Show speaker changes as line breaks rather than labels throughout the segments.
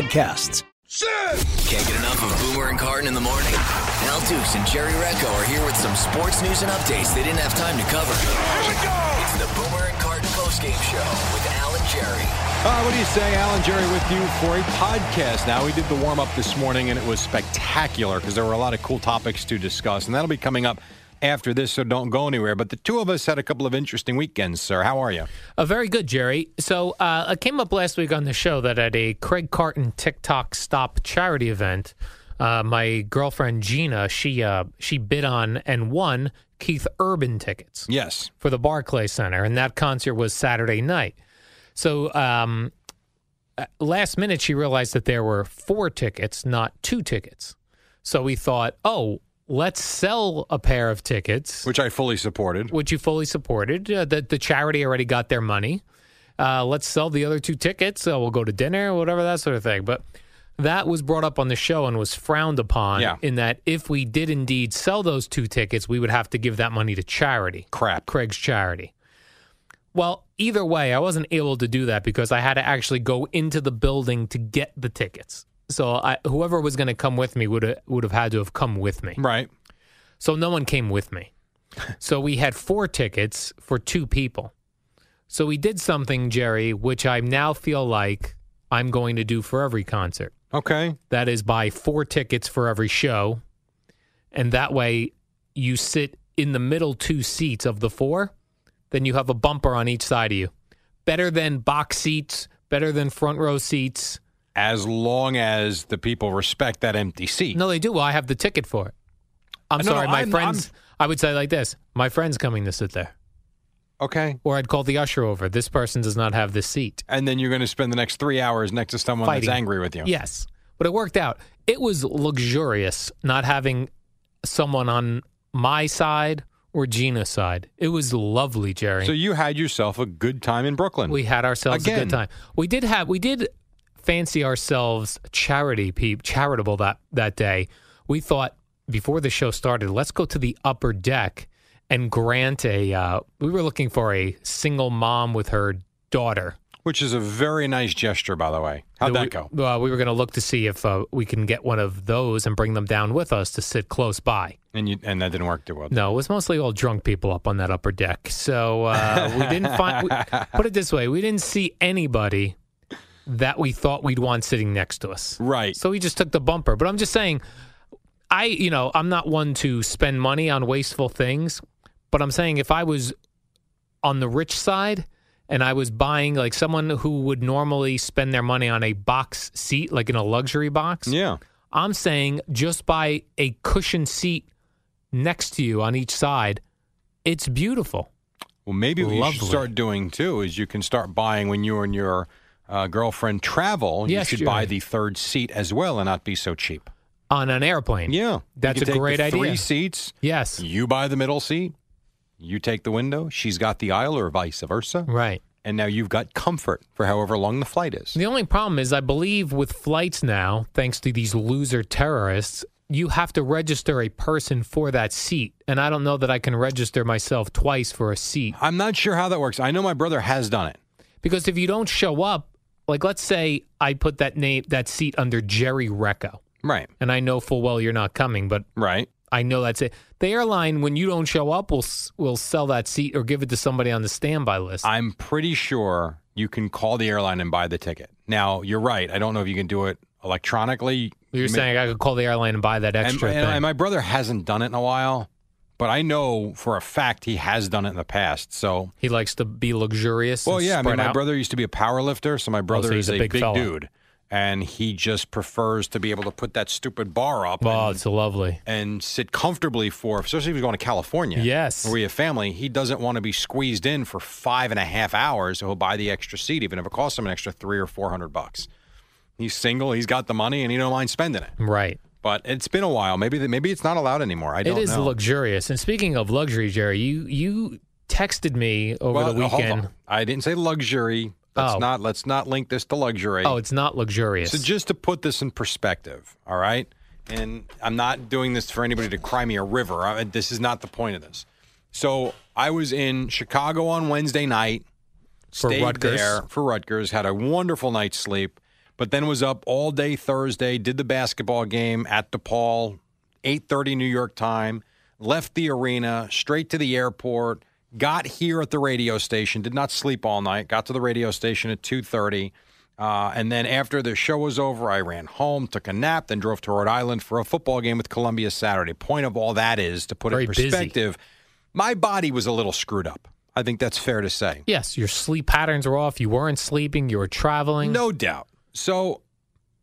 Can't get enough of Boomer and Carton in the morning. Al Dukes and Jerry Recco are here with some sports news and updates they didn't have time to cover. It's the Boomer and Carton postgame show with Al and Jerry.
Uh, what do you say, Alan Jerry, with you for a podcast? Now we did the warm up this morning, and it was spectacular because there were a lot of cool topics to discuss, and that'll be coming up after this. So don't go anywhere. But the two of us had a couple of interesting weekends, sir. How are you?
Uh, very good, Jerry. So uh, it came up last week on the show that at a Craig Carton TikTok Stop charity event, uh, my girlfriend Gina she uh, she bid on and won Keith Urban tickets
Yes.
for the Barclay Center, and that concert was Saturday night. So um, uh, last minute, she realized that there were four tickets, not two tickets. So we thought, oh, let's sell a pair of tickets
Which I fully supported.
which you fully supported. Uh, the, the charity already got their money. Uh, let's sell the other two tickets. Uh, we'll go to dinner, whatever, that sort of thing. But that was brought up on the show and was frowned upon
Yeah.
in that if we did indeed sell those two tickets, we would have to give that money to charity,
Crap.
Craig's charity. Well, either way, I wasn't able to do that because I had to actually go into the building to get the tickets. So I, whoever was going to come with me would have, would have had to have come with me.
Right.
So no one came with me. so we had four tickets for two people. So we did something, Jerry, which I now feel like I'm going to do for every concert.
Okay.
That is buy four tickets for every show. And that way you sit in the middle two seats of the four. Then you have a bumper on each side of you. Better than box seats, better than front row seats.
As long as the people respect that empty seat.
No, they do. Well, I have the ticket for it. I'm
No, no,
sorry, my
I'm-
friends. I would say like this: my friend's coming to sit there,
Okay.
or I'd call the usher over. This person does not have this seat.
And then you're going to spend the next three hours next to someone
Fighting.
that's angry with you.
Yes, but it worked out. It was luxurious not having someone on my side or Gina's side. It was lovely, Jerry.
So you had yourself a good time in Brooklyn.
we had ourselves a
Again.
good time. We did have we did fancy ourselves charity peep charitable that that day. We thought before the show started, let's go to the upper deck and grant a. Uh, we were looking for a single mom with her daughter.
which is a very nice gesture, by the way. How'd that go?
we, Well, we were going to look to see if uh, we can get one of those and bring them down with us to sit close by.
And you and that didn't work too well.
No, it was mostly all drunk people up on that upper deck. So uh, we didn't find. We, put it this way: we didn't see anybody that we thought we'd want sitting next to us.
Right.
So we just took the bumper. But I'm just saying, I you know I'm not one to spend money on wasteful things. But I'm saying if I was on the rich side and I was buying like someone who would normally spend their money on a box seat, like in a luxury box,
Yeah.
I'm saying just by a cushion seat next to you on each side, it's beautiful.
Well, maybe what you should
Lovely.
start doing too is you can start buying when you and your uh, girlfriend travel.
Yes,
you should
Jerry.
buy the third seat as well and not be so cheap.
On an airplane.
Yeah, You
That's
can
a
take the
great
Three
idea.
seats.
Yes.
You buy the middle seat. You take the window. She's got the aisle, or vice versa.
Right.
And now you've got comfort for however long the flight is.
The only problem is, I believe with flights now, thanks to these loser terrorists, you have to register a person for that seat. And I don't know that I can register myself twice for a seat.
I'm not sure how that works. I know my brother has done it.
Because if you don't show up, like let's say I put that name that seat under Jerry Recco,
Right.
and I know full well you're not coming, but
Right.
I know that's it. The airline, when you don't show up, will s- will sell that seat or give it to somebody on the standby list.
I'm pretty sure you can call the airline and buy the ticket. Now you're right. I don't know if you can do it electronically.
You're
You may-
saying I could call the airline and buy that
and,
extra
and-
thing.
and my brother hasn't done it in a while, but I know for a fact he has done it in the past. So,
he likes to be luxurious.
well,
and
yeah, I mean,
spread
my
out. Oh,
brother used to be a power lifter, so my brother
so he's
is
a
a
big
big,
fella.
dude, and he just prefers to be able to put that stupid bar up
Oh,
and,
it's lovely.
and sit comfortably for, especially if he's going to California.
Yes.
where we have family. He doesn't want to be squeezed in for five and a half hours, so he'll buy the extra seat, even if it costs him an extra three or four hundred bucks. He's single. He's got the money, and he don't mind spending it.
Right.
But it's been a while. Maybe th- maybe it's not allowed anymore. I don't
It is
know.
luxurious. And speaking of luxury, Jerry, you you texted me over
Well,
the
uh, hold
weekend.
on. I didn't say luxury. Let's
Oh.
not let's not link this to luxury.
Oh, it's not luxurious.
So just to put this in perspective, all right, and I'm not doing this for anybody to cry me a river. I, this is not the point of this. So I was in Chicago on Wednesday night,
For
stayed
Rutgers.
there for Rutgers, had a wonderful night's sleep, but then was up all day Thursday, did the basketball game at DePaul, 8:30 New York time, left the arena, straight to the airport, got here at the radio station, did not sleep all night, got to the radio station at 2:30. Uh, and then after the show was over, I ran home, took a nap, then drove to Rhode Island for a football game with Columbia Saturday. Point of all that is to put it
Very
in
busy.
perspective, my body was a little screwed up. I think that's fair to say.
yes, your sleep patterns were off. You weren't sleeping. You were traveling.
No doubt. So,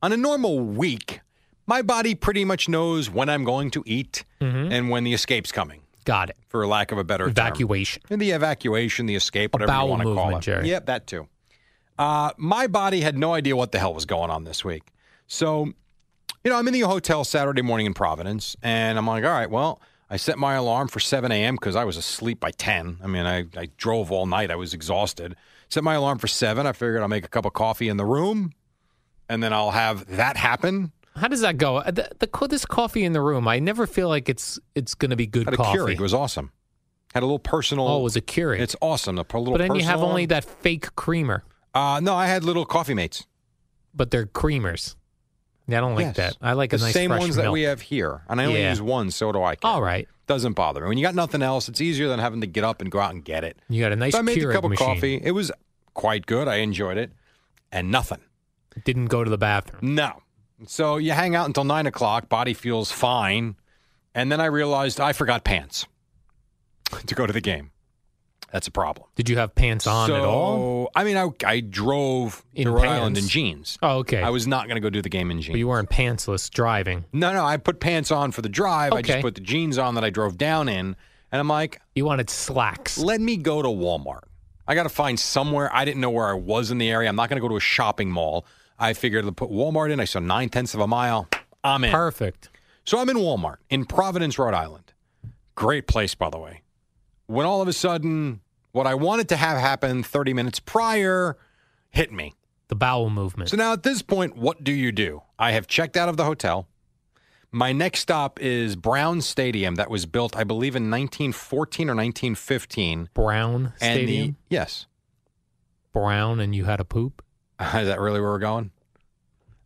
on a normal week, my body pretty much knows when I'm going to eat
Mm-hmm.
and when the escape's coming,
Got it.
for lack of a better term.
Evacuation.
And the evacuation, the escape, whatever you
bowel
want to call
movement,
it.
Jerry.
Yep, that too. Uh, my body had no idea what the hell was going on this week. So, you know, I'm in the hotel Saturday morning in Providence, and I'm like, all right, well, I set my alarm for 7 a.m. because I was asleep by 10. I mean, I, I drove all night. I was exhausted. Set my alarm for 7. I figured I'll make a cup of coffee in the room, and then I'll have that happen.
How does that go? Uh, The, the co- this coffee in the room. I never feel like it's it's going to be good
Had a
coffee.
Keurig. It was awesome. Had a little personal.
oh, it was a Keurig.
It's awesome. The little
but then you have
personal
only
one.
that fake creamer,
Uh, no, I had little coffee mates.
but they're creamers. Yeah, I don't like
Yes.
that. I like
the
a nice
same
fresh
ones that
milk.
we have here, and I only
Yeah. Oh.
use one, so do I. Care.
All right,
doesn't bother me. When you got nothing else, it's easier than having to get up and go out and get it.
you got a nice
so I made
Keurig
a cup of
machine.
coffee. It was quite good. I enjoyed it, and nothing.
Didn't go to the bathroom.
No. So you hang out until nine o'clock. Body feels fine, and then I realized I forgot pants to go to the game. That's a problem.
Did you have pants on at all?
So, I mean, I, I drove
In
to Rhode Island in
pants?
jeans.
Oh, okay.
I was not going to go do the game in jeans.
but you weren't pantsless driving.
No, no, I put pants on for the drive. I just
Okay.
put the jeans on that I drove down in. And I'm like,
You wanted slacks.
let me go to Walmart. I got to find somewhere. I didn't know where I was in the area. I'm not going to go to a shopping mall. I figured to put Walmart in. I saw nine tenths of a mile. I'm in.
Perfect.
So I'm in Walmart in Providence, Rhode Island. Great place, by the way. When all of a sudden, what I wanted to have happen 30 minutes prior hit me.
The bowel movement.
So now at this point, what do you do? I have checked out of the hotel. My next stop is Brown Stadium that was built, I believe, in 1914 or 1915.
Brown
And the,
stadium.
yes.
Brown and you had a poop.
Is that really where we're going?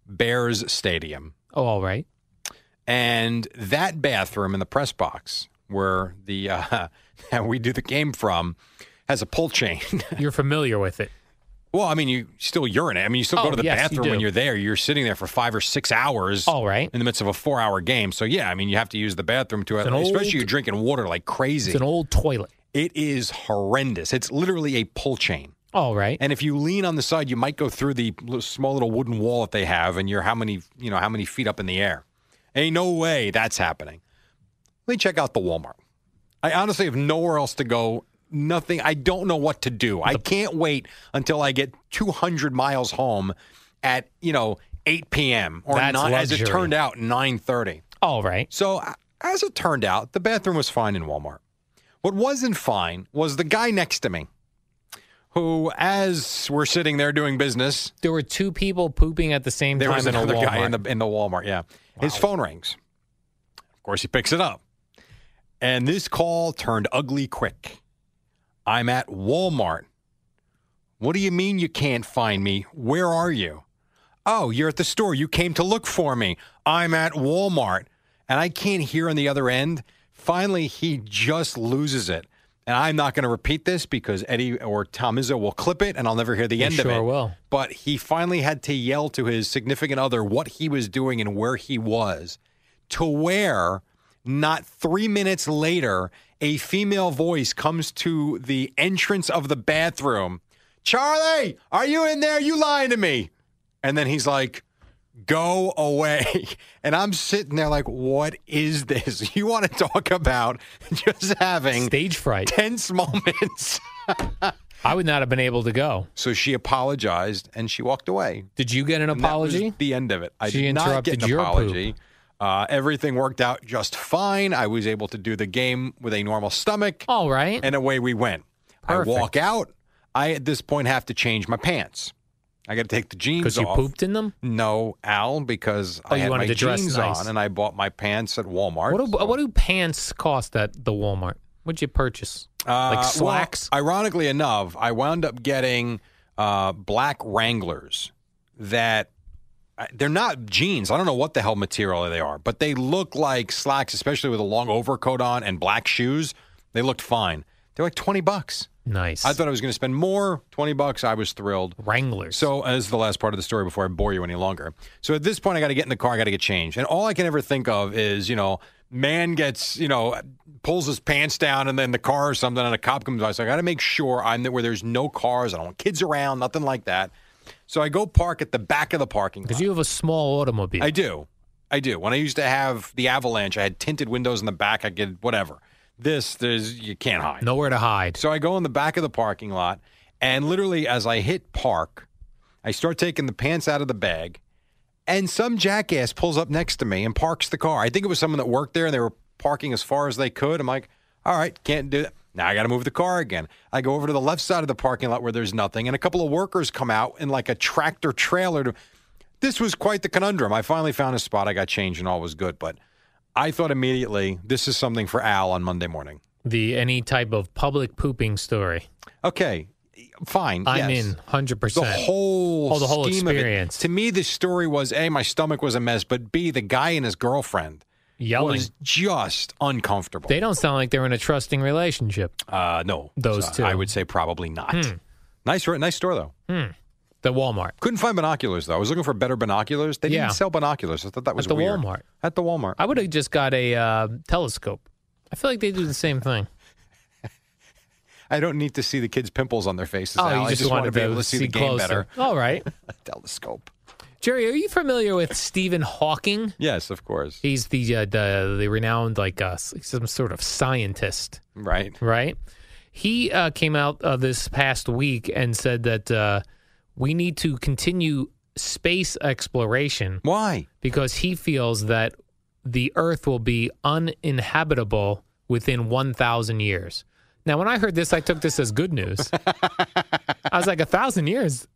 Bears Stadium.
Oh, all right.
And that bathroom in the press box where the uh, that we do the game from has a pull chain.
You're familiar with it.
well, I mean, you still urinate. I mean, you still go
Oh,
to the
yes, you
bathroom when
do.
you're there. You're sitting there for five or six hours.
All right.
in the midst of a four hour game. So yeah, I mean you have to use the bathroom to
It's an
especially
old-
you drinking water like crazy.
It's an old toilet.
it is horrendous. It's literally a pull chain.
All right.
And if you lean on the side, you might go through the little- small little wooden wall that they have and you're how many, you know, how many feet up in the air. Ain't no way that's happening. Let me check out the Walmart. I honestly have nowhere else to go. Nothing. I don't know what to do. I can't wait until I get 200 miles home at, you know, 8 p.m. or
That's
not, as it
luxury.
turned out, 930.
all right.
So, a- as it turned out, the bathroom was fine in Walmart. What wasn't fine was the guy next to me, who, as we're sitting there doing business,
There were two people pooping at the same
there
time
was
in a
another
Walmart.
guy in the in the Walmart. Yeah, his phone rings. Of course, he picks it up, and this call turned ugly quick. I'm at Walmart. What do you mean you can't find me? Where are you? Oh, you're at the store. You came to look for me. I'm at Walmart. And I can't hear on the other end. Finally, he just loses it. And I'm not going to repeat this because Eddie or Tom Izzo will clip it and I'll never hear the
They
end of
sure
it.
will.
But he finally had to yell to his significant other what he was doing and where he was to where not three minutes later, a female voice comes to the entrance of the bathroom Charlie, are you in there? You lying to me. And then he's like, go away. And I'm sitting there like, what is this? You want to talk about just having
Stage fright.
tense moments.
I would not have been able to go.
So she apologized and she walked away.
Did you get an
And that was
apology?
the end of it. I
She
did not get
interrupted
an
your poop.
apology. Uh, everything worked out just fine. I was able to do the game with a normal stomach,
All right.
and away we went.
Perfect.
I walk out. I at this point have to change my pants. I got to take the
Because
jeans
you
off.
pooped in them?
No, Al, because
Oh,
I
you
had
wanted
my
to dress
jeans
nice.
on and I bought my pants at Walmart.
What do,
so-
what do pants cost at the Walmart? What'd you purchase?
Uh,
like
well,
slacks?
ironically enough, I wound up getting uh, black Wranglers that I- they're not jeans. I don't know what the hell material they are, but they look like slacks, especially with a long overcoat on and black shoes. They looked fine. They're like 20 bucks.
nice.
I thought I was going to spend more. 20 bucks. I was thrilled.
Wranglers.
So, and this is the last part of the story before I bore you any longer. So, at this point, I got to get in the car, I got to get changed. And all I can ever think of is, you know, man gets, you know, pulls his pants down and then the car or something, and a cop comes by. So, I got to make sure I'm there where there's no cars. I don't want kids around, nothing like that. So, I go park at the back of the parking lot.
Because you have a small automobile.
I do. I do. When I used to have the Avalanche, I had tinted windows in the back. I could, whatever. This, there's, you can't hide.
Nowhere to hide.
So I go in the back of the parking lot, and literally as I hit park, I start taking the pants out of the bag, and some jackass pulls up next to me and parks the car. I think it was someone that worked there, and they were parking as far as they could. I'm like, all right, can't do that. Now I got to move the car again. I go over to the left side of the parking lot where there's nothing, and a couple of workers come out in like a tractor trailer. To... This was quite the conundrum. I finally found a spot. I got changed, and all was good. But I thought immediately, this is something for Al on Monday morning.
the any type of public pooping story.
Okay, fine.
I'm
yes.
in 100%.
The whole,
Oh, the whole
scheme of it.
experience.
To me, the story was a my stomach was a mess, but b the guy and his girlfriend
yelling.
was just uncomfortable.
They don't sound like they're in a trusting relationship.
uh, no,
Those
So
two. Hmm.
I would say probably not. Nice, re- nice store though.
The Walmart.
Couldn't find binoculars though. I was looking for better binoculars. They
Yeah.
didn't sell binoculars. I thought that was
the
weird.
Walmart. Oh.
At the Walmart.
I would have just got a uh, telescope. I feel like they do the same thing.
I don't need to see the kids' pimples on their faces.
Oh,
Al. I just want to be able to see, the game
closer.
better.
All right.
Telescope.
Jerry, are you familiar with Stephen Hawking?
Yes, of course.
He's the uh, the, the renowned like uh, s- some sort of scientist,
Right.
right? He uh, came out uh, this past week and said that uh, we need to continue space exploration
Why?
because he feels that the Earth will be uninhabitable within 1,000 years. Now, when I heard this, I took this as good news. I was like, a thousand years?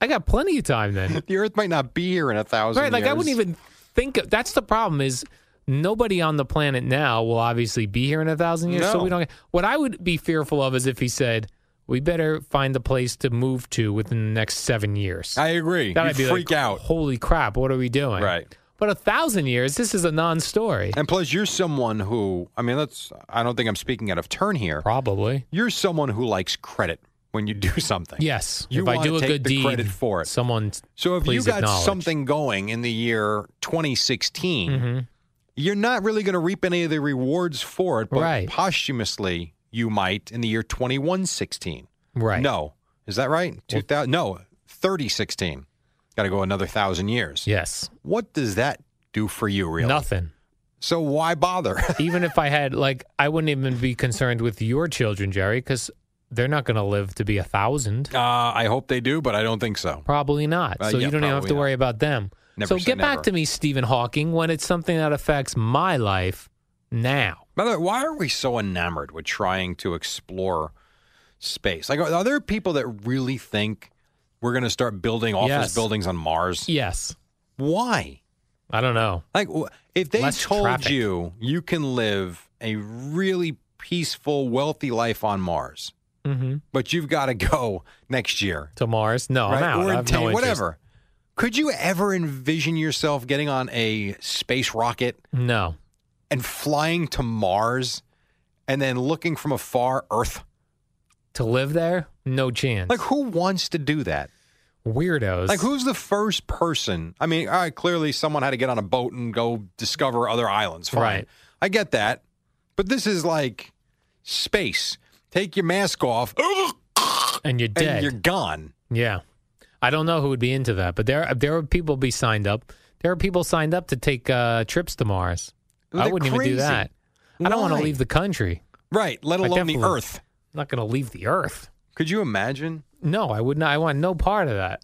I got plenty of time then.
The Earth might not be here in a thousand.
Right. Like I wouldn't
years.
even think of that's the problem is nobody on the planet now will obviously be here in a thousand years. So
No.
we don't what I would be fearful of is if he said, We better find a place to move to within the next seven years.
I agree.
That'd
You'd
be
freak
like, oh,
out.
Holy crap, what are we doing?
Right.
But a thousand years, this is a non story.
And plus, you're someone who, I mean, that's, I don't think I'm speaking out of turn here.
Probably.
You're someone who likes credit when you do something.
Yes.
You
if I
wanna
do a
take
good
the
deed
credit for it.
Someone
So if you
please
got
acknowledge. Mm-hmm.
something going in the year 2016, you're not really going to reap any of the rewards for it, but
Right.
posthumously, you might in the year 2116.
Right.
No. Is that right? 2000, no, 3016. Got to go another thousand years.
Yes.
What does that do for you, really?
Nothing.
So why bother?
even if I had like I wouldn't even be concerned with your children, Jerry, because they're not going to live to be a thousand.
uh, I hope they do, but I don't think so.
Probably not.
Uh,
so
yeah,
you don't even have
probably
to
not.
worry about them.
Never
so
say
get
never.
back to me, Stephen Hawking, when it's something that affects my life now.
By the way, why are we so enamored with trying to explore space? Like, are there people that really think we're going to start building office
Yes.
buildings on Mars?
Yes.
Why?
I don't know.
Like, wh- if they
Less
told
traffic.
you you can live a really peaceful, wealthy life on Mars,
hmm
but you've got to go next year,
To Mars? No,
right?
I'm out.
or
Oh, I
in
have no
10
interest.
whatever. Could you ever envision yourself getting on a space rocket
No.
and flying to Mars and then looking from afar Earth?
To live there? No chance.
Like, who wants to do that?
Weirdos.
Like, who's the first person? I mean, all right, clearly someone had to get on a boat and go discover other islands. Fine.
Right.
I get that. But this is like space. Take your mask off and
And you're dead.
you're gone.
Yeah, I don't know who would be into that, but there there would people be signed up. There are people signed up to take uh, trips to Mars. I
They're
wouldn't even do
crazy.
that. I don't want to
Why?
leave the country.
Right, let
I
alone the
definitely-
earth.
I'm not going to leave the Earth.
Could you imagine?
No, I would not. I want no part of that.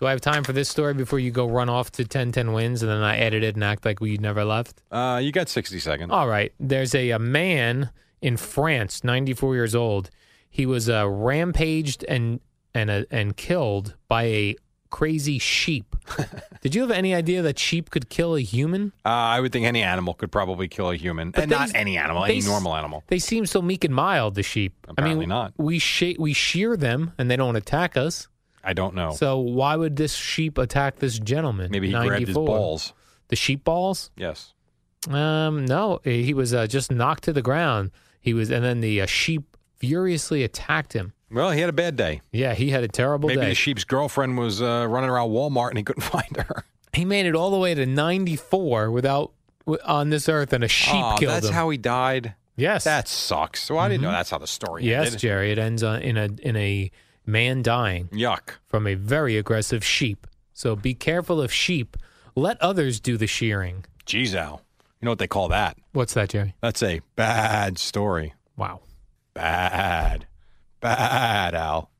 Do I have time for this story before you go run off to 10 10 wins and then I edit it and act like we never left?
Uh, you got 60 seconds.
All right. There's a, a man in France, 94 years old. He was uh, rampaged and and uh, and killed by a crazy sheep. Did you have any idea that sheep could kill a human?
Uh, I would think any animal could probably kill a human,
But
and
they-
not any animal,
they
any
s-
normal animal.
They seem so meek and mild. The sheep. I
Apparently
mean,
not.
We she- we shear them and they don't attack us.
I don't know.
So why would this sheep attack this gentleman?
Maybe he grabbed his
94?
balls.
The sheep balls?
Yes.
Um, no, he was uh, just knocked to the ground. He was, and then the uh, sheep furiously attacked him.
Well, he had a bad day.
Yeah, he had a terrible
Maybe
day.
the sheep's girlfriend was uh, running around Walmart and he couldn't find her.
he made it all the way to 94 without w- on this earth, and a sheep
oh,
killed
that's
him.
how he died.
yes,
That sucks. So I didn't know that's how the story
yes,
ended.
Jerry. It ends on, in a in a man dying
Yuck.
from a very aggressive sheep. So be careful of sheep. Let others do the shearing.
Jeez, Al. You know what they call that?
What's that, Jerry?
That's a bad story.
Wow,
Bad. Bad, Al.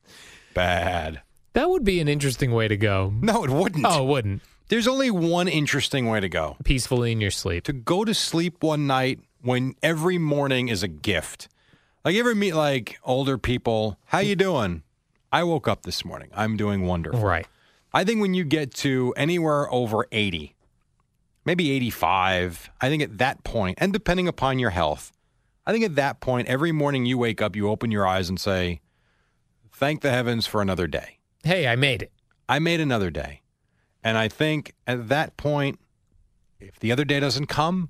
Bad.
that would be an interesting way to go.
No, it wouldn't.
Oh, it wouldn't
There's only one interesting way to go
peacefully in your sleep.
to go to sleep one night when every morning is a gift. Like, you ever meet like older people? How you doing? I woke up this morning. I'm doing wonderful.
Right.
I think when you get to anywhere over 80, maybe 85, I think at that point, and depending upon your health, I think at that point, every morning you wake up, you open your eyes and say, Thank the heavens for another day.
Hey, I made it.
I made another day. And I think at that point, if the other day doesn't come,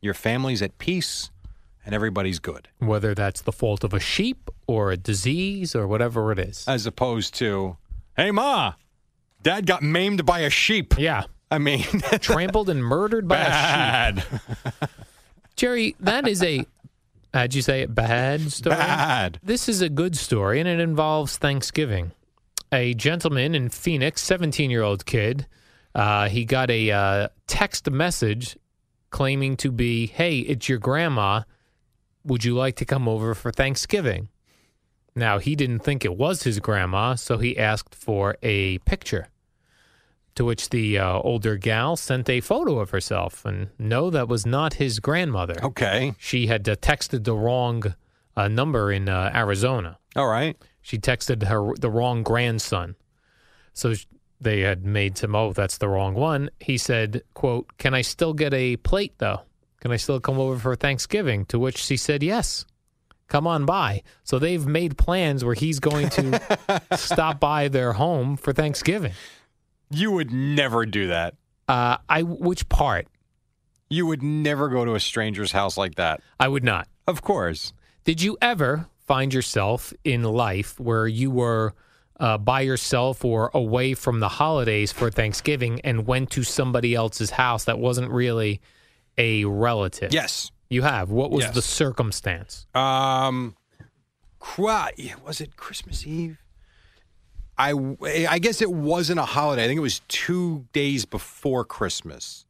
your family's at peace and everybody's good,
whether that's the fault of a sheep or a disease or whatever it is.
as opposed to, Hey, Ma, Dad got maimed by a sheep.
yeah,
I mean,
trampled and murdered by a sheep.
bad.
Jerry, that is a how'd you say it? Bad story.
Bad.
This is a good story, and it involves Thanksgiving. A gentleman in Phoenix, 17 year old kid, uh, he got a uh, text message claiming to be, Hey, it's your grandma. Would you like to come over for Thanksgiving? Now, he didn't think it was his grandma, so he asked for a picture. To which the uh, older gal sent a photo of herself, and no, that was not his grandmother
Okay.
she had uh, texted the wrong uh, number in uh, Arizona.
All right.
She texted her the wrong grandson. So sh- they had made some, oh, that's the wrong one. He said, quote, can I still get a plate though? Can I still come over for Thanksgiving? To which she said, yes, come on by. So they've made plans where he's going to stop by their home for Thanksgiving.
You would never do that.
Uh, I, which part?
You would never go to a stranger's house like that.
I would not.
Of course.
Did you ever find yourself in life where you were uh, by yourself or away from the holidays for Thanksgiving and went to somebody else's house that wasn't really a relative?
Yes.
You have. What was
Yes.
the circumstance?
Um, cry. Was it Christmas Eve? I I guess it wasn't a holiday. I think it was two days before Christmas.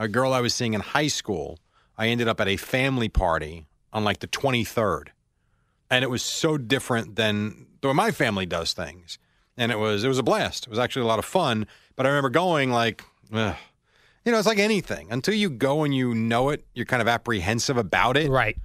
A girl I was seeing in high school. I ended up at a family party on like the 23rd, and it was so different than the way my family does things. And it was it was a blast. It was actually a lot of fun. But I remember going like. Ugh. You know, it's like anything. Until you go and you know it, you're kind of apprehensive about it.
Right.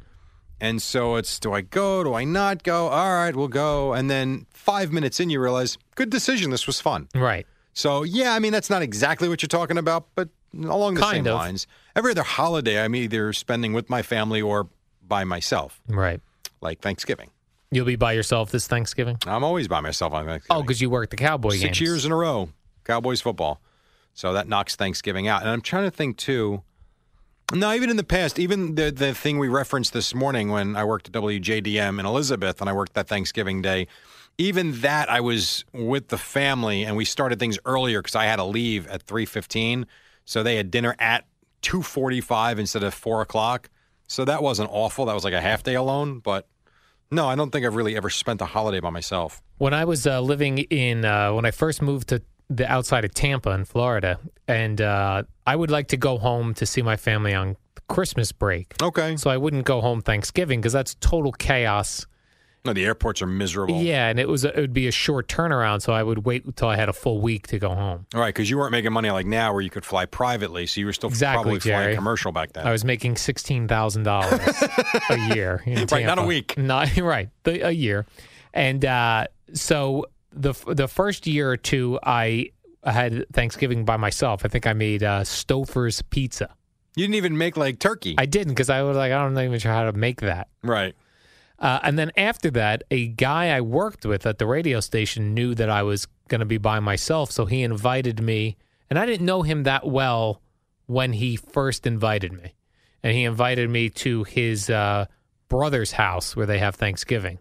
And so it's do I go? Do I not go? All right, we'll go. And then five minutes in, you realize good decision. This was fun.
Right.
So yeah, I mean that's not exactly what you're talking about, but along the
Kind
same
of.
lines. Every other holiday, I'm either spending with my family or by myself,
Right.
like Thanksgiving.
You'll be by yourself this Thanksgiving?
I'm always by myself on
Oh,
Thanksgiving.
because you work the Cowboy
six
games.
years in a row, Cowboys football. So that knocks Thanksgiving out. And I'm trying to think too. No, even in the past, even the the thing we referenced this morning when I worked at WJDM in Elizabeth and I worked that Thanksgiving day, even that I was with the family and we started things earlier because I had to leave at three fifteen. So they had dinner at two forty five instead of four o'clock. So that wasn't awful. That was like a half day alone. But no, I don't think I've really ever spent a holiday by myself.
When I was uh, living in, uh, when I first moved to the outside of Tampa in Florida, and uh, I would like to go home to see my family on Christmas break.
Okay.
So I wouldn't go home Thanksgiving because that's total chaos
No, the airports are miserable.
Yeah, and it was a, it would be a short turnaround, so I would wait until I had a full week to go home.
All right, because you weren't making money like now where you could fly privately, so you were still
Exactly,
probably
Jerry.
flying commercial back then.
I was making sixteen thousand dollars a year. in
Right, not a
Tampa.
week.
Not right, the, a year, and uh, so the f- the first year or two, I had Thanksgiving by myself. I think I made uh, Stouffer's pizza.
you didn't even make like turkey.
I didn't because I was like, I don't even sure how to make that.
right.
Uh, and then after that, a guy I worked with at the radio station knew that I was going to be by myself, so he invited me. And I didn't know him that well when he first invited me, and he invited me to his uh, brother's house where they have Thanksgiving.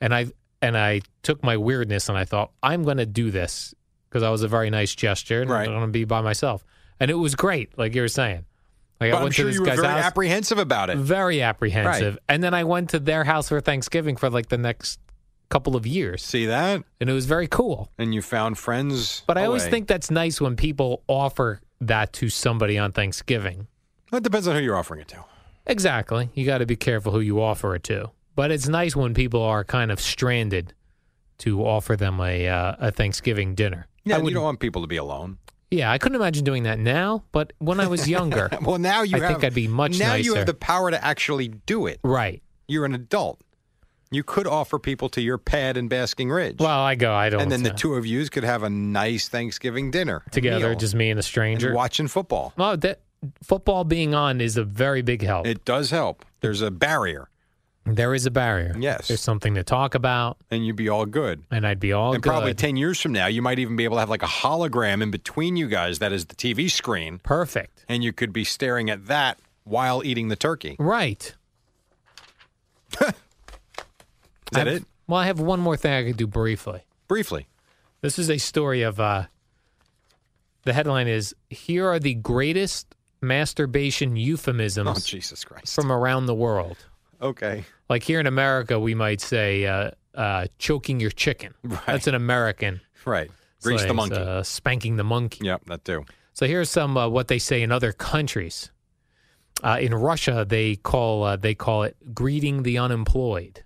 And I and I took my weirdness and I thought I'm going to do this because that was a very nice gesture, and
Right.
I'm going to be by myself. And it was great, like you were saying. Like
But I'm sure you were very apprehensive about it.
very apprehensive. And then I went to their house for Thanksgiving for like the next couple of years,
See that?
and it was very cool.
And you found friends.
But I always
away.
think that's nice when people offer that to somebody on Thanksgiving.
Well, it depends on who you're offering it to.
Exactly. You got to be careful who you offer it to. But it's nice when people are kind of stranded to offer them a uh, a Thanksgiving dinner.
Yeah,
I
and you
wouldn't-
don't want people to be alone.
yeah, I couldn't imagine doing that now, but when I was younger,
Well, now you
I
have,
think I'd be much
now you
nicer.
have the power to actually do it.
right.
You're an adult. You could offer people to your pad in Basking Ridge.
Well, I go, I don't
and then the
uh,
two of yous could have a nice Thanksgiving dinner a
together,
meal,
just me and a
and
stranger.
watching football.
Well, that football being on is a very big help.
It does help. There's a barrier,
there is a barrier.
Yes.
there's something to talk about,
and you'd be all good.
and I'd be all
and
good.
probably 10 years from now, you might even be able to have like a hologram in between you guys that is the TV screen,
Perfect.
and you could be staring at that while eating the turkey. Is
Right.
that
I've-
it?
Well, I have one more thing I could do briefly.
Briefly.
This is a story of. Uh, the headline is: Here are the greatest masturbation
Oh,
euphemisms
Jesus Christ.
from around the world.
Okay.
Like here in America, we might say uh, uh, choking your chicken. That's an American.
Right. Grease the
slang,
monkey.
Uh, spanking the monkey.
yep, that too.
So here's some uh, what they say in other countries. Uh, in Russia, they call uh, they call it greeting the unemployed.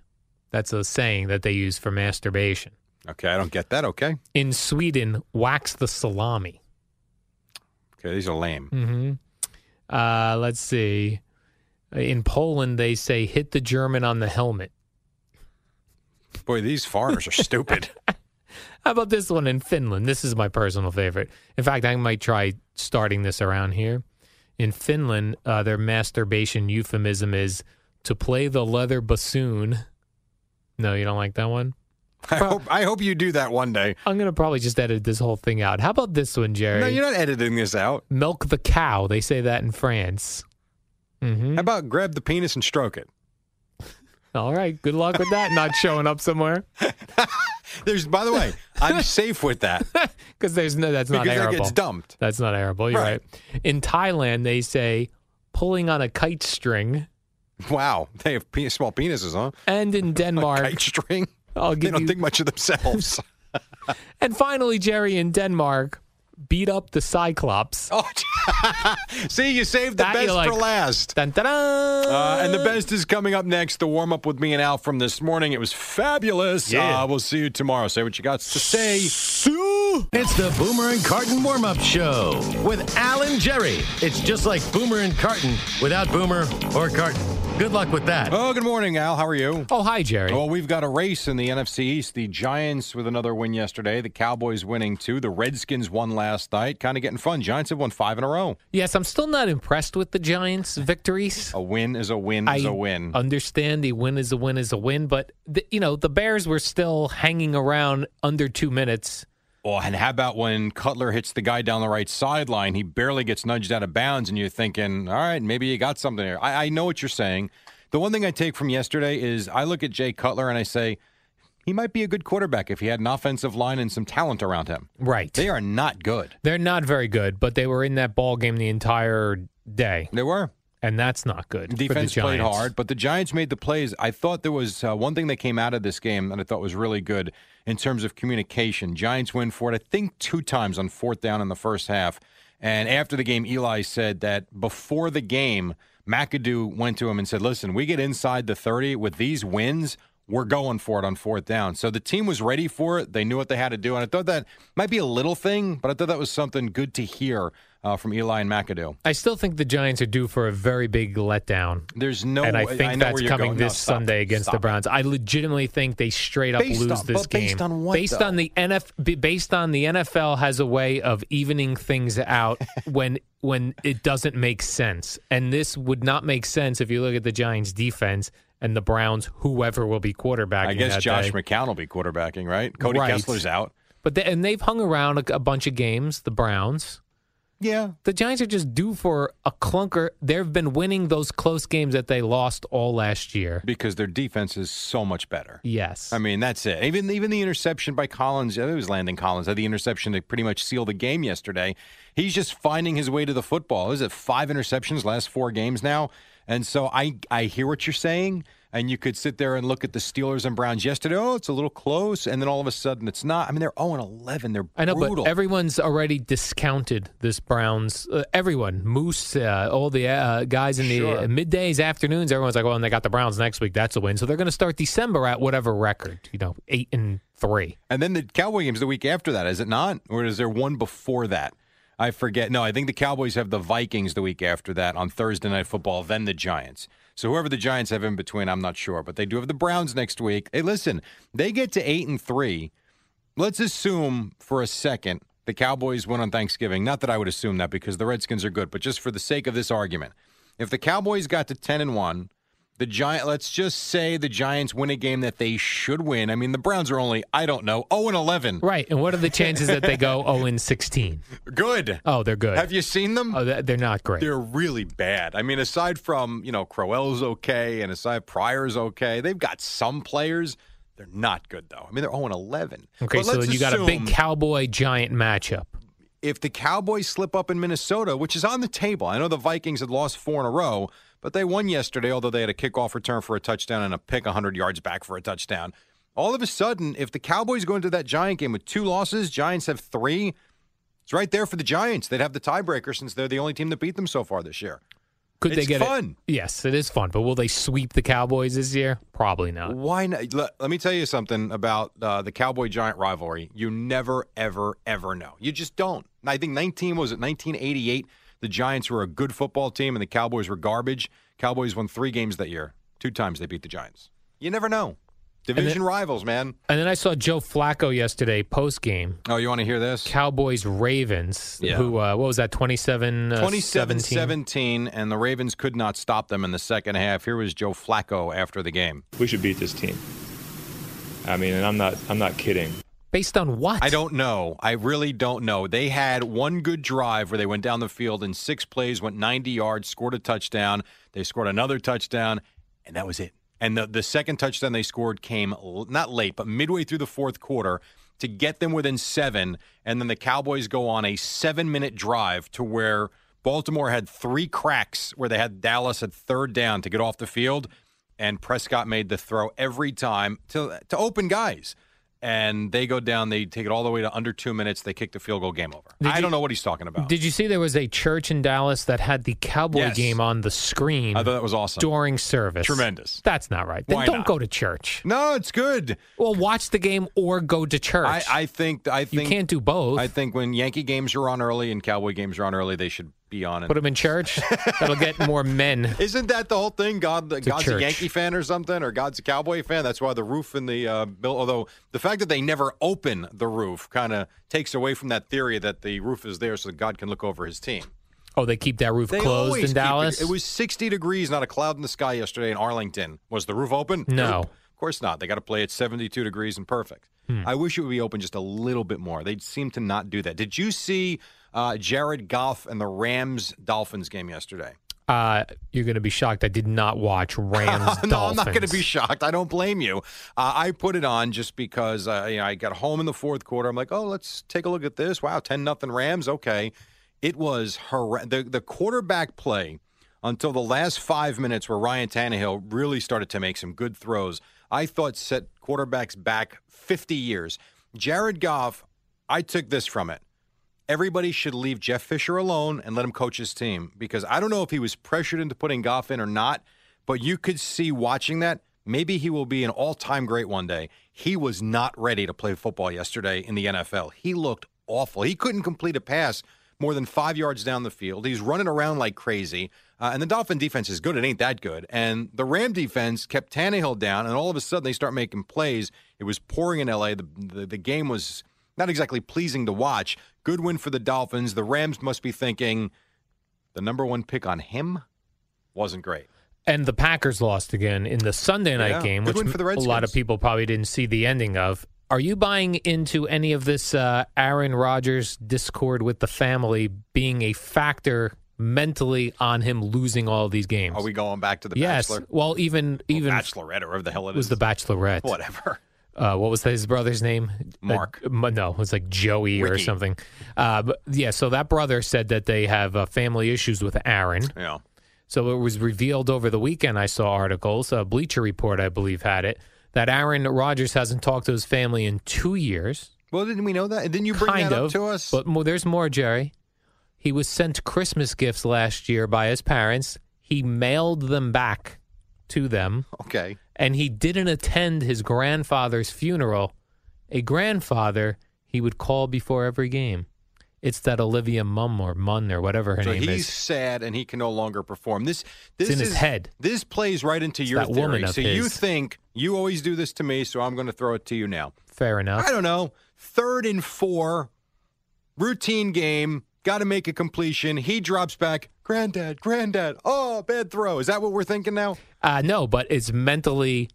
That's a saying that they use for masturbation.
Okay, I don't get that. Okay.
In Sweden, wax the salami.
Okay, these are lame.
hmm Uh, let's see. In Poland, they say hit the German on the helmet.
Boy, these foreigners are stupid.
How about this one in Finland? This is my personal favorite. In fact, I might try starting this around here. In Finland, uh, their masturbation euphemism is to play the leather bassoon. No, you don't like that one?
I hope I hope you do that one day.
I'm going to probably just edit this whole thing out. How about this one, Jerry?
No, you're not editing this out.
Milk the cow. They say that in France. hmm
How about grab the penis and stroke it?
All right. Good luck with that. Not showing up somewhere
There's by the way, I'm safe with that
because there's no, that's
because
not
it
arable.
gets dumped.
That's not arable. You're
Right.
right. In Thailand, they say pulling on a kite string.
Wow. They have pe- small penises, huh?
and in Denmark.
Kite string.
I'll
They
give
don't
you.
think much of themselves.
and finally, Jerry in Denmark beat up the Cyclops.
oh, see, you saved the
That you
best
like.
for last.
Dun, dun, dun.
Uh, and the best is coming up next. The warm up with me and Al from this morning. It was fabulous.
Yeah.
Uh, we'll see you tomorrow. Say what you got to say.
It's the Boomer and Carton warm up show with Al and Jerry. It's just like Boomer and Carton without Boomer or Carton. Good luck with that.
Oh, good morning, Al. How are you?
oh, hi, Jerry.
Well, we've got a race in the NFC East. The Giants with another win yesterday. The Cowboys winning two. The Redskins won last night. Kind of getting fun. Giants have won five in a row.
Yes, I'm still not impressed with the Giants' victories.
A win is a win
I
is Oh, a win.
understand the win is a win is a win, but the, you know the Bears were still hanging around under two minutes.
oh, and how about when Cutler hits the guy down the right sideline? He barely gets nudged out of bounds, and you're thinking, all right, maybe you got something here. I, I know what you're saying. The one thing I take from yesterday is I look at Jay Cutler and I say, he might be a good quarterback if he had an offensive line and some talent around him.
Right,
They are not good.
they're not very good, but they were in that ball game the entire day,
They were.
and that's not good. for the
Defense played
Giants.
hard, but the Giants made the plays. I thought there was uh, one thing that came out of this game that I thought was really good in terms of communication. Giants win for it, I think, two times on fourth down in the first half. And after the game, Eli said that before the game, McAdoo went to him and said, Listen, we get inside the 30 with these wins, we're going for it on fourth down. So the team was ready for it. They knew what they had to do. And I thought that might be a little thing, but I thought that was something good to hear uh, from Eli and McAdoo.
I still think the Giants are due for a very big letdown.
There's no
and I
way-
think
know where
that's
you're
coming
going. No,
this
stop it.
Sunday against
Stop
the
it.
Browns. I legitimately think they straight up
Based
lose
on-
this
but based
game.
on what,
Based
though?
on the NF, b- based on the NFL has a way of evening things out when when it doesn't make sense, and this would not make sense if you look at the Giants' defense and the Browns, whoever will be quarterbacking.
I guess
that
Josh
day.
McCown will be quarterbacking, right? Cody
Right.
Kessler's out.
But they, and they've hung around a, a bunch of games. The Browns.
Yeah.
The Giants are just due for a clunker. They've been winning those close games that they lost all last year.
Because their defense is so much better.
Yes.
I mean, that's it. Even even the interception by Collins, it was Landon Collins, had the interception to pretty much seal the game yesterday. He's just finding his way to the football. Is it five interceptions last four games now? And so I I hear what you're saying. And you could sit there and look at the Steelers and Browns yesterday. Oh, it's a little close, and then all of a sudden it's not. I mean, they're 0 and 11. They're
I know,
brutal.
but everyone's already discounted this Browns. Uh, everyone, Moose, uh, all the uh, guys in the
Sure.
middays, afternoons. Everyone's like, "Well, and they got the Browns next week. That's a win." So they're going to start December at whatever record, you know, eight and three.
And then the Cowboy game's the week after that, is it not? Or is there one before that? I forget. No, I think the Cowboys have the Vikings the week after that on Thursday night football, then the Giants. So whoever the Giants have in between, I'm not sure. But they do have the Browns next week. Hey, listen, they get to eight and three. Let's assume for a second the Cowboys win on Thanksgiving. Not that I would assume that because the Redskins are good, but just for the sake of this argument. If the Cowboys got to ten and one, the Giant. Let's just say the Giants win a game that they should win. I mean, the Browns are only I don't know zero and eleven.
Right. And what are the chances that they go zero and sixteen?
Good.
Oh, they're good.
Have you seen them?
Oh, they- they're not great.
They're really bad. I mean, aside from you know Crowell's okay, and aside Pryor's okay, they've got some players. They're not good though. I mean, they're zero and eleven.
okay,
But
so
let's
you got a big
assume-
Cowboy Giant matchup.
if the Cowboys slip up in Minnesota, which is on the table, I know the Vikings had lost four in a row, but they won yesterday, although they had a kickoff return for a touchdown and a pick 100 yards back for a touchdown. All of a sudden, if the Cowboys go into that Giant game with two losses, Giants have three. It's right there for the Giants. They'd have the tiebreaker since they're the only team that beat them so far this year.
Could they
It's
get it?
fun.
Yes, it is fun. But will they sweep the Cowboys this year? Probably not.
Why not? Let, let me tell you something about uh, the Cowboy Giant rivalry. You never, ever, ever know. You just don't. And I think 19 was it 1988. The Giants were a good football team, and the Cowboys were garbage. Cowboys won three games that year. Two times they beat the Giants. You never know. Division rivals, man.
And then I saw Joe Flacco yesterday post game.
Oh, you want to hear this?
Cowboys Ravens,
Yeah.
who uh, what was that 27 uh,
27
17?
17, and the Ravens could not stop them in the second half. Here was Joe Flacco after the game.
We should beat this team. I mean, and I'm not I'm not kidding.
based on what?
I don't know. I really don't know. They had one good drive where they went down the field in six plays, went 90 yards, scored a touchdown. They scored another touchdown, and that was it. And the, the second touchdown they scored came l- not late, but midway through the fourth quarter to get them within seven. And then the Cowboys go on a seven minute drive to where Baltimore had three cracks where they had Dallas at third down to get off the field. And Prescott made the throw every time to, to open guys and they go down. They take it all the way to under two minutes. They kick the field goal. Game over. I don't know what he's talking about.
Did you see there was a church in Dallas that had the Cowboy
Yes.
game on the screen
I thought that was awesome.
during service?
Tremendous.
That's not right. Then
Why
don't
not?
go to church.
No, it's good.
Well, watch the game or go to church.
I, I think. I
you
think.
can't do both.
I think when Yankee games are on early and Cowboy games are on early, they should be on.
Put them in church. That'll get more men.
Isn't that the whole thing? God,
a
God's a
church.
Yankee fan or something, or God's a Cowboy fan. That's why the roof and the uh, bill. Although the fact that they never open the roof kind of takes away from that theory that the roof is there so that God can look over his team.
Oh, they keep that roof
They
closed
always
in
keep
Dallas.
It, it was 60 degrees, not a cloud in the sky yesterday in Arlington. Was the roof open?
No.
Nope. Of course not. They got to play at 72 degrees and perfect.
Hmm.
I wish it would be open just a little bit more. They seem to not do that. Did you see uh, Jared Goff and the Rams Dolphins game yesterday?
uh, you're going to be shocked. I did not watch Rams.
no, I'm not going to
Dolphins.
be shocked. I don't blame you. Uh, I put it on just because uh, you know, I got home in the fourth quarter. I'm like, oh, let's take a look at this. Wow, ten nothing Rams. Okay, it was horre- the the quarterback play until the last five minutes where Ryan Tannehill really started to make some good throws. I thought set quarterbacks back 50 years. Jared Goff, I took this from it everybody should leave Jeff Fisher alone and let him coach his team because I don't know if he was pressured into putting Goff in or not, but you could see watching that Maybe he will be an all time great one day. He was not ready to play football yesterday in the NFL. He looked awful. He couldn't complete a pass more than five yards down the field. He's running around like crazy. Uh, and the Dolphin defense is good. It ain't that good. And the Ram defense kept Tannehill down, and all of a sudden they start making plays. It was pouring in LA. The, the, the game was not exactly pleasing to watch. Good win for the Dolphins. The Rams must be thinking the number one pick on him wasn't great.
And the Packers lost again in the Sunday night
Yeah,
game,
good
which
win for the
a lot
Redskins.
of people probably didn't see the ending of. Are you buying into any of this uh, Aaron Rodgers discord with the family being a factor mentally on him losing all these games?
Are we going back to the
yes.
Bachelor? Oh,
Well, even even
Bachelorette or whatever the hell it is.
was the Bachelorette.
Whatever.
uh, what was his brother's name?
Mark.
Uh, m- no, it was like Joey or
Ricky.
something. Uh, but yeah, so that brother said that they have uh, family issues with Aaron.
Yeah.
So it was revealed over the weekend. I saw articles. Uh, Bleacher Report, I believe, had it that Aaron Rodgers hasn't talked to his family in two years.
Well, didn't we know that? And Didn't you bring
kind
that
of
up to us?
But mo- there's more, Jerry. He was sent Christmas gifts last year by his parents. He mailed them back to them
okay.
and he didn't attend his grandfather's funeral, a grandfather he would call before every game. It's that Olivia Mum or Munn or whatever her
So
name
he's
is.
sad and he can no longer perform. This this
in
is
his head.
This plays right into your
that
theory.
woman of
so you
his.
think you always do this to me, so I'm going to throw it to you now.
Fair enough.
I don't know. Third and four, routine game. Got to make a completion. He drops back. Granddad, granddad. Oh, bad throw. Is that what we're thinking now?
Uh, no, but it's mentally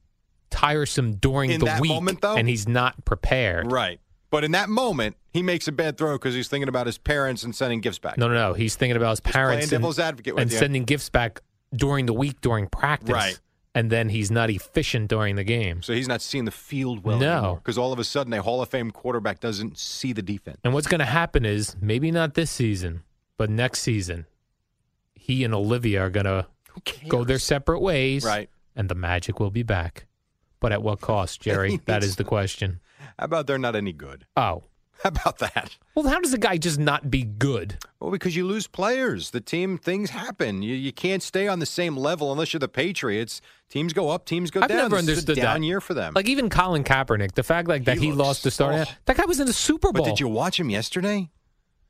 tiresome during
In
the
that
week,
moment, though?
and he's not prepared.
Right. But in that moment, he makes a bad throw because he's thinking about his parents and sending gifts back.
No, no, no. He's thinking about his parents
playing
and,
devil's advocate with
and
you.
sending gifts back during the week during practice.
Right.
And then he's not efficient during the games.
So he's not seeing the field well
No.
because all of a sudden a Hall of Fame quarterback doesn't see the defense.
And what's going to happen is maybe not this season, but next season, he and Olivia are going to go their separate ways.
Right.
And the magic will be back. But at what cost, Jerry? that is the question.
How about they're not any good?
Oh.
How about that?
Well, how does a guy just not be good?
Well, because you lose players. The team, things happen. You, you can't stay on the same level unless you're the Patriots. Teams go up, teams go
I've
down.
never
This is a
understood
down
that.
year for them.
Like even Colin Kaepernick, the fact like that
He
he,
looks-
lost the start.
oh.
That guy was in the Super Bowl.
But did you watch him yesterday?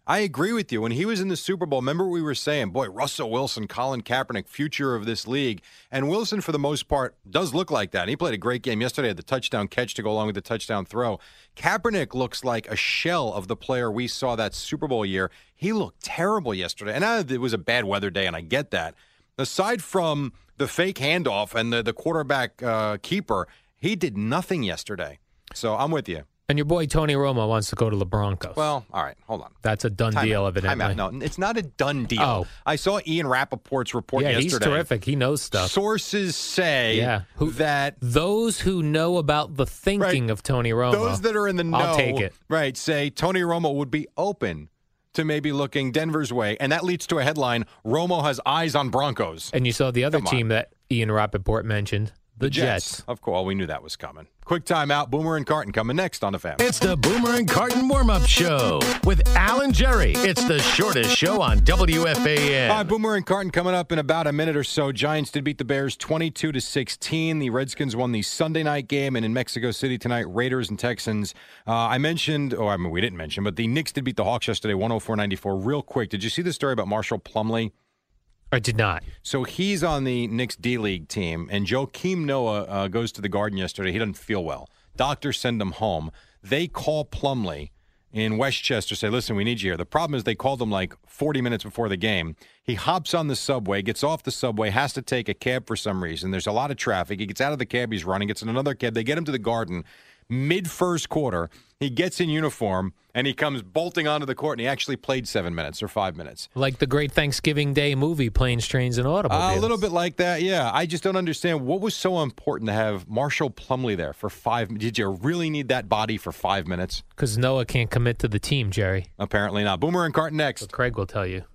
I agree with you. When he was in the Super Bowl, remember what we were saying, boy, Russell Wilson, Colin Kaepernick, future of this league. And Wilson, for the most part, does look like that. He played a great game yesterday, had the touchdown catch to go along with the touchdown throw. Kaepernick looks like a shell of the player we saw that Super Bowl year. He looked terrible yesterday. And I, it was a bad weather day, and I get that. Aside from the fake handoff and the, the quarterback uh, keeper, he did nothing yesterday. So I'm with you.
and your boy Tony Romo wants to go to the Broncos.
Well, all right, hold on.
that's a done
Time
deal,
out.
evidently.
Time out. No, it's not a done deal.
Oh.
I saw Ian Rappaport's report
yeah, he's
yesterday.
terrific. He knows stuff.
Sources say
Yeah. Who-
that
Those who know about the thinking
Right.
of Tony Romo,
those that are in the know,
I'll take it.
right, say Tony Romo would be open to maybe looking Denver's way, and that leads to a headline: Romo has eyes on Broncos.
And you saw the other
Come on.
team that Ian Rappaport mentioned, the, Jets.
Of course, we knew that was coming. Quick timeout. Boomer and Carton coming next on the fan.
It's the Boomer and Carton warm up show with Alan Jerry. It's the shortest show on WFAN.
All right, Boomer and Carton coming up in about a minute or so. Giants did beat the Bears 22 to 16. The Redskins won the Sunday night game, and in Mexico City tonight, Raiders and Texans. Uh, I mentioned, or I mean, we didn't mention, but the Knicks did beat the Hawks yesterday, 104-94. Real quick, did you see the story about Marshall Plumley?
I did not.
So he's on the Knicks D League team, and Joakim Noah uh, goes to the garden yesterday. He doesn't feel well. Doctors send him home. They call Plumley in Westchester, say, listen, we need you here. The problem is they called him like 40 minutes before the game. He hops on the subway, gets off the subway, has to take a cab for some reason. There's a lot of traffic. He gets out of the cab, he's running, gets in another cab. They get him to the garden mid first quarter. He gets in uniform and he comes bolting onto the court, and he actually played seven minutes or five minutes.
Like the great Thanksgiving Day movie, Planes, Trains, and Automobiles.
Uh, a little bit like that, yeah. I just don't understand what was so important to have Marshall Plumley there for five. Did you really need that body for five minutes?
Because Noah can't commit to the team, Jerry.
Apparently not. Boomer and Carton next.
But Craig will tell you.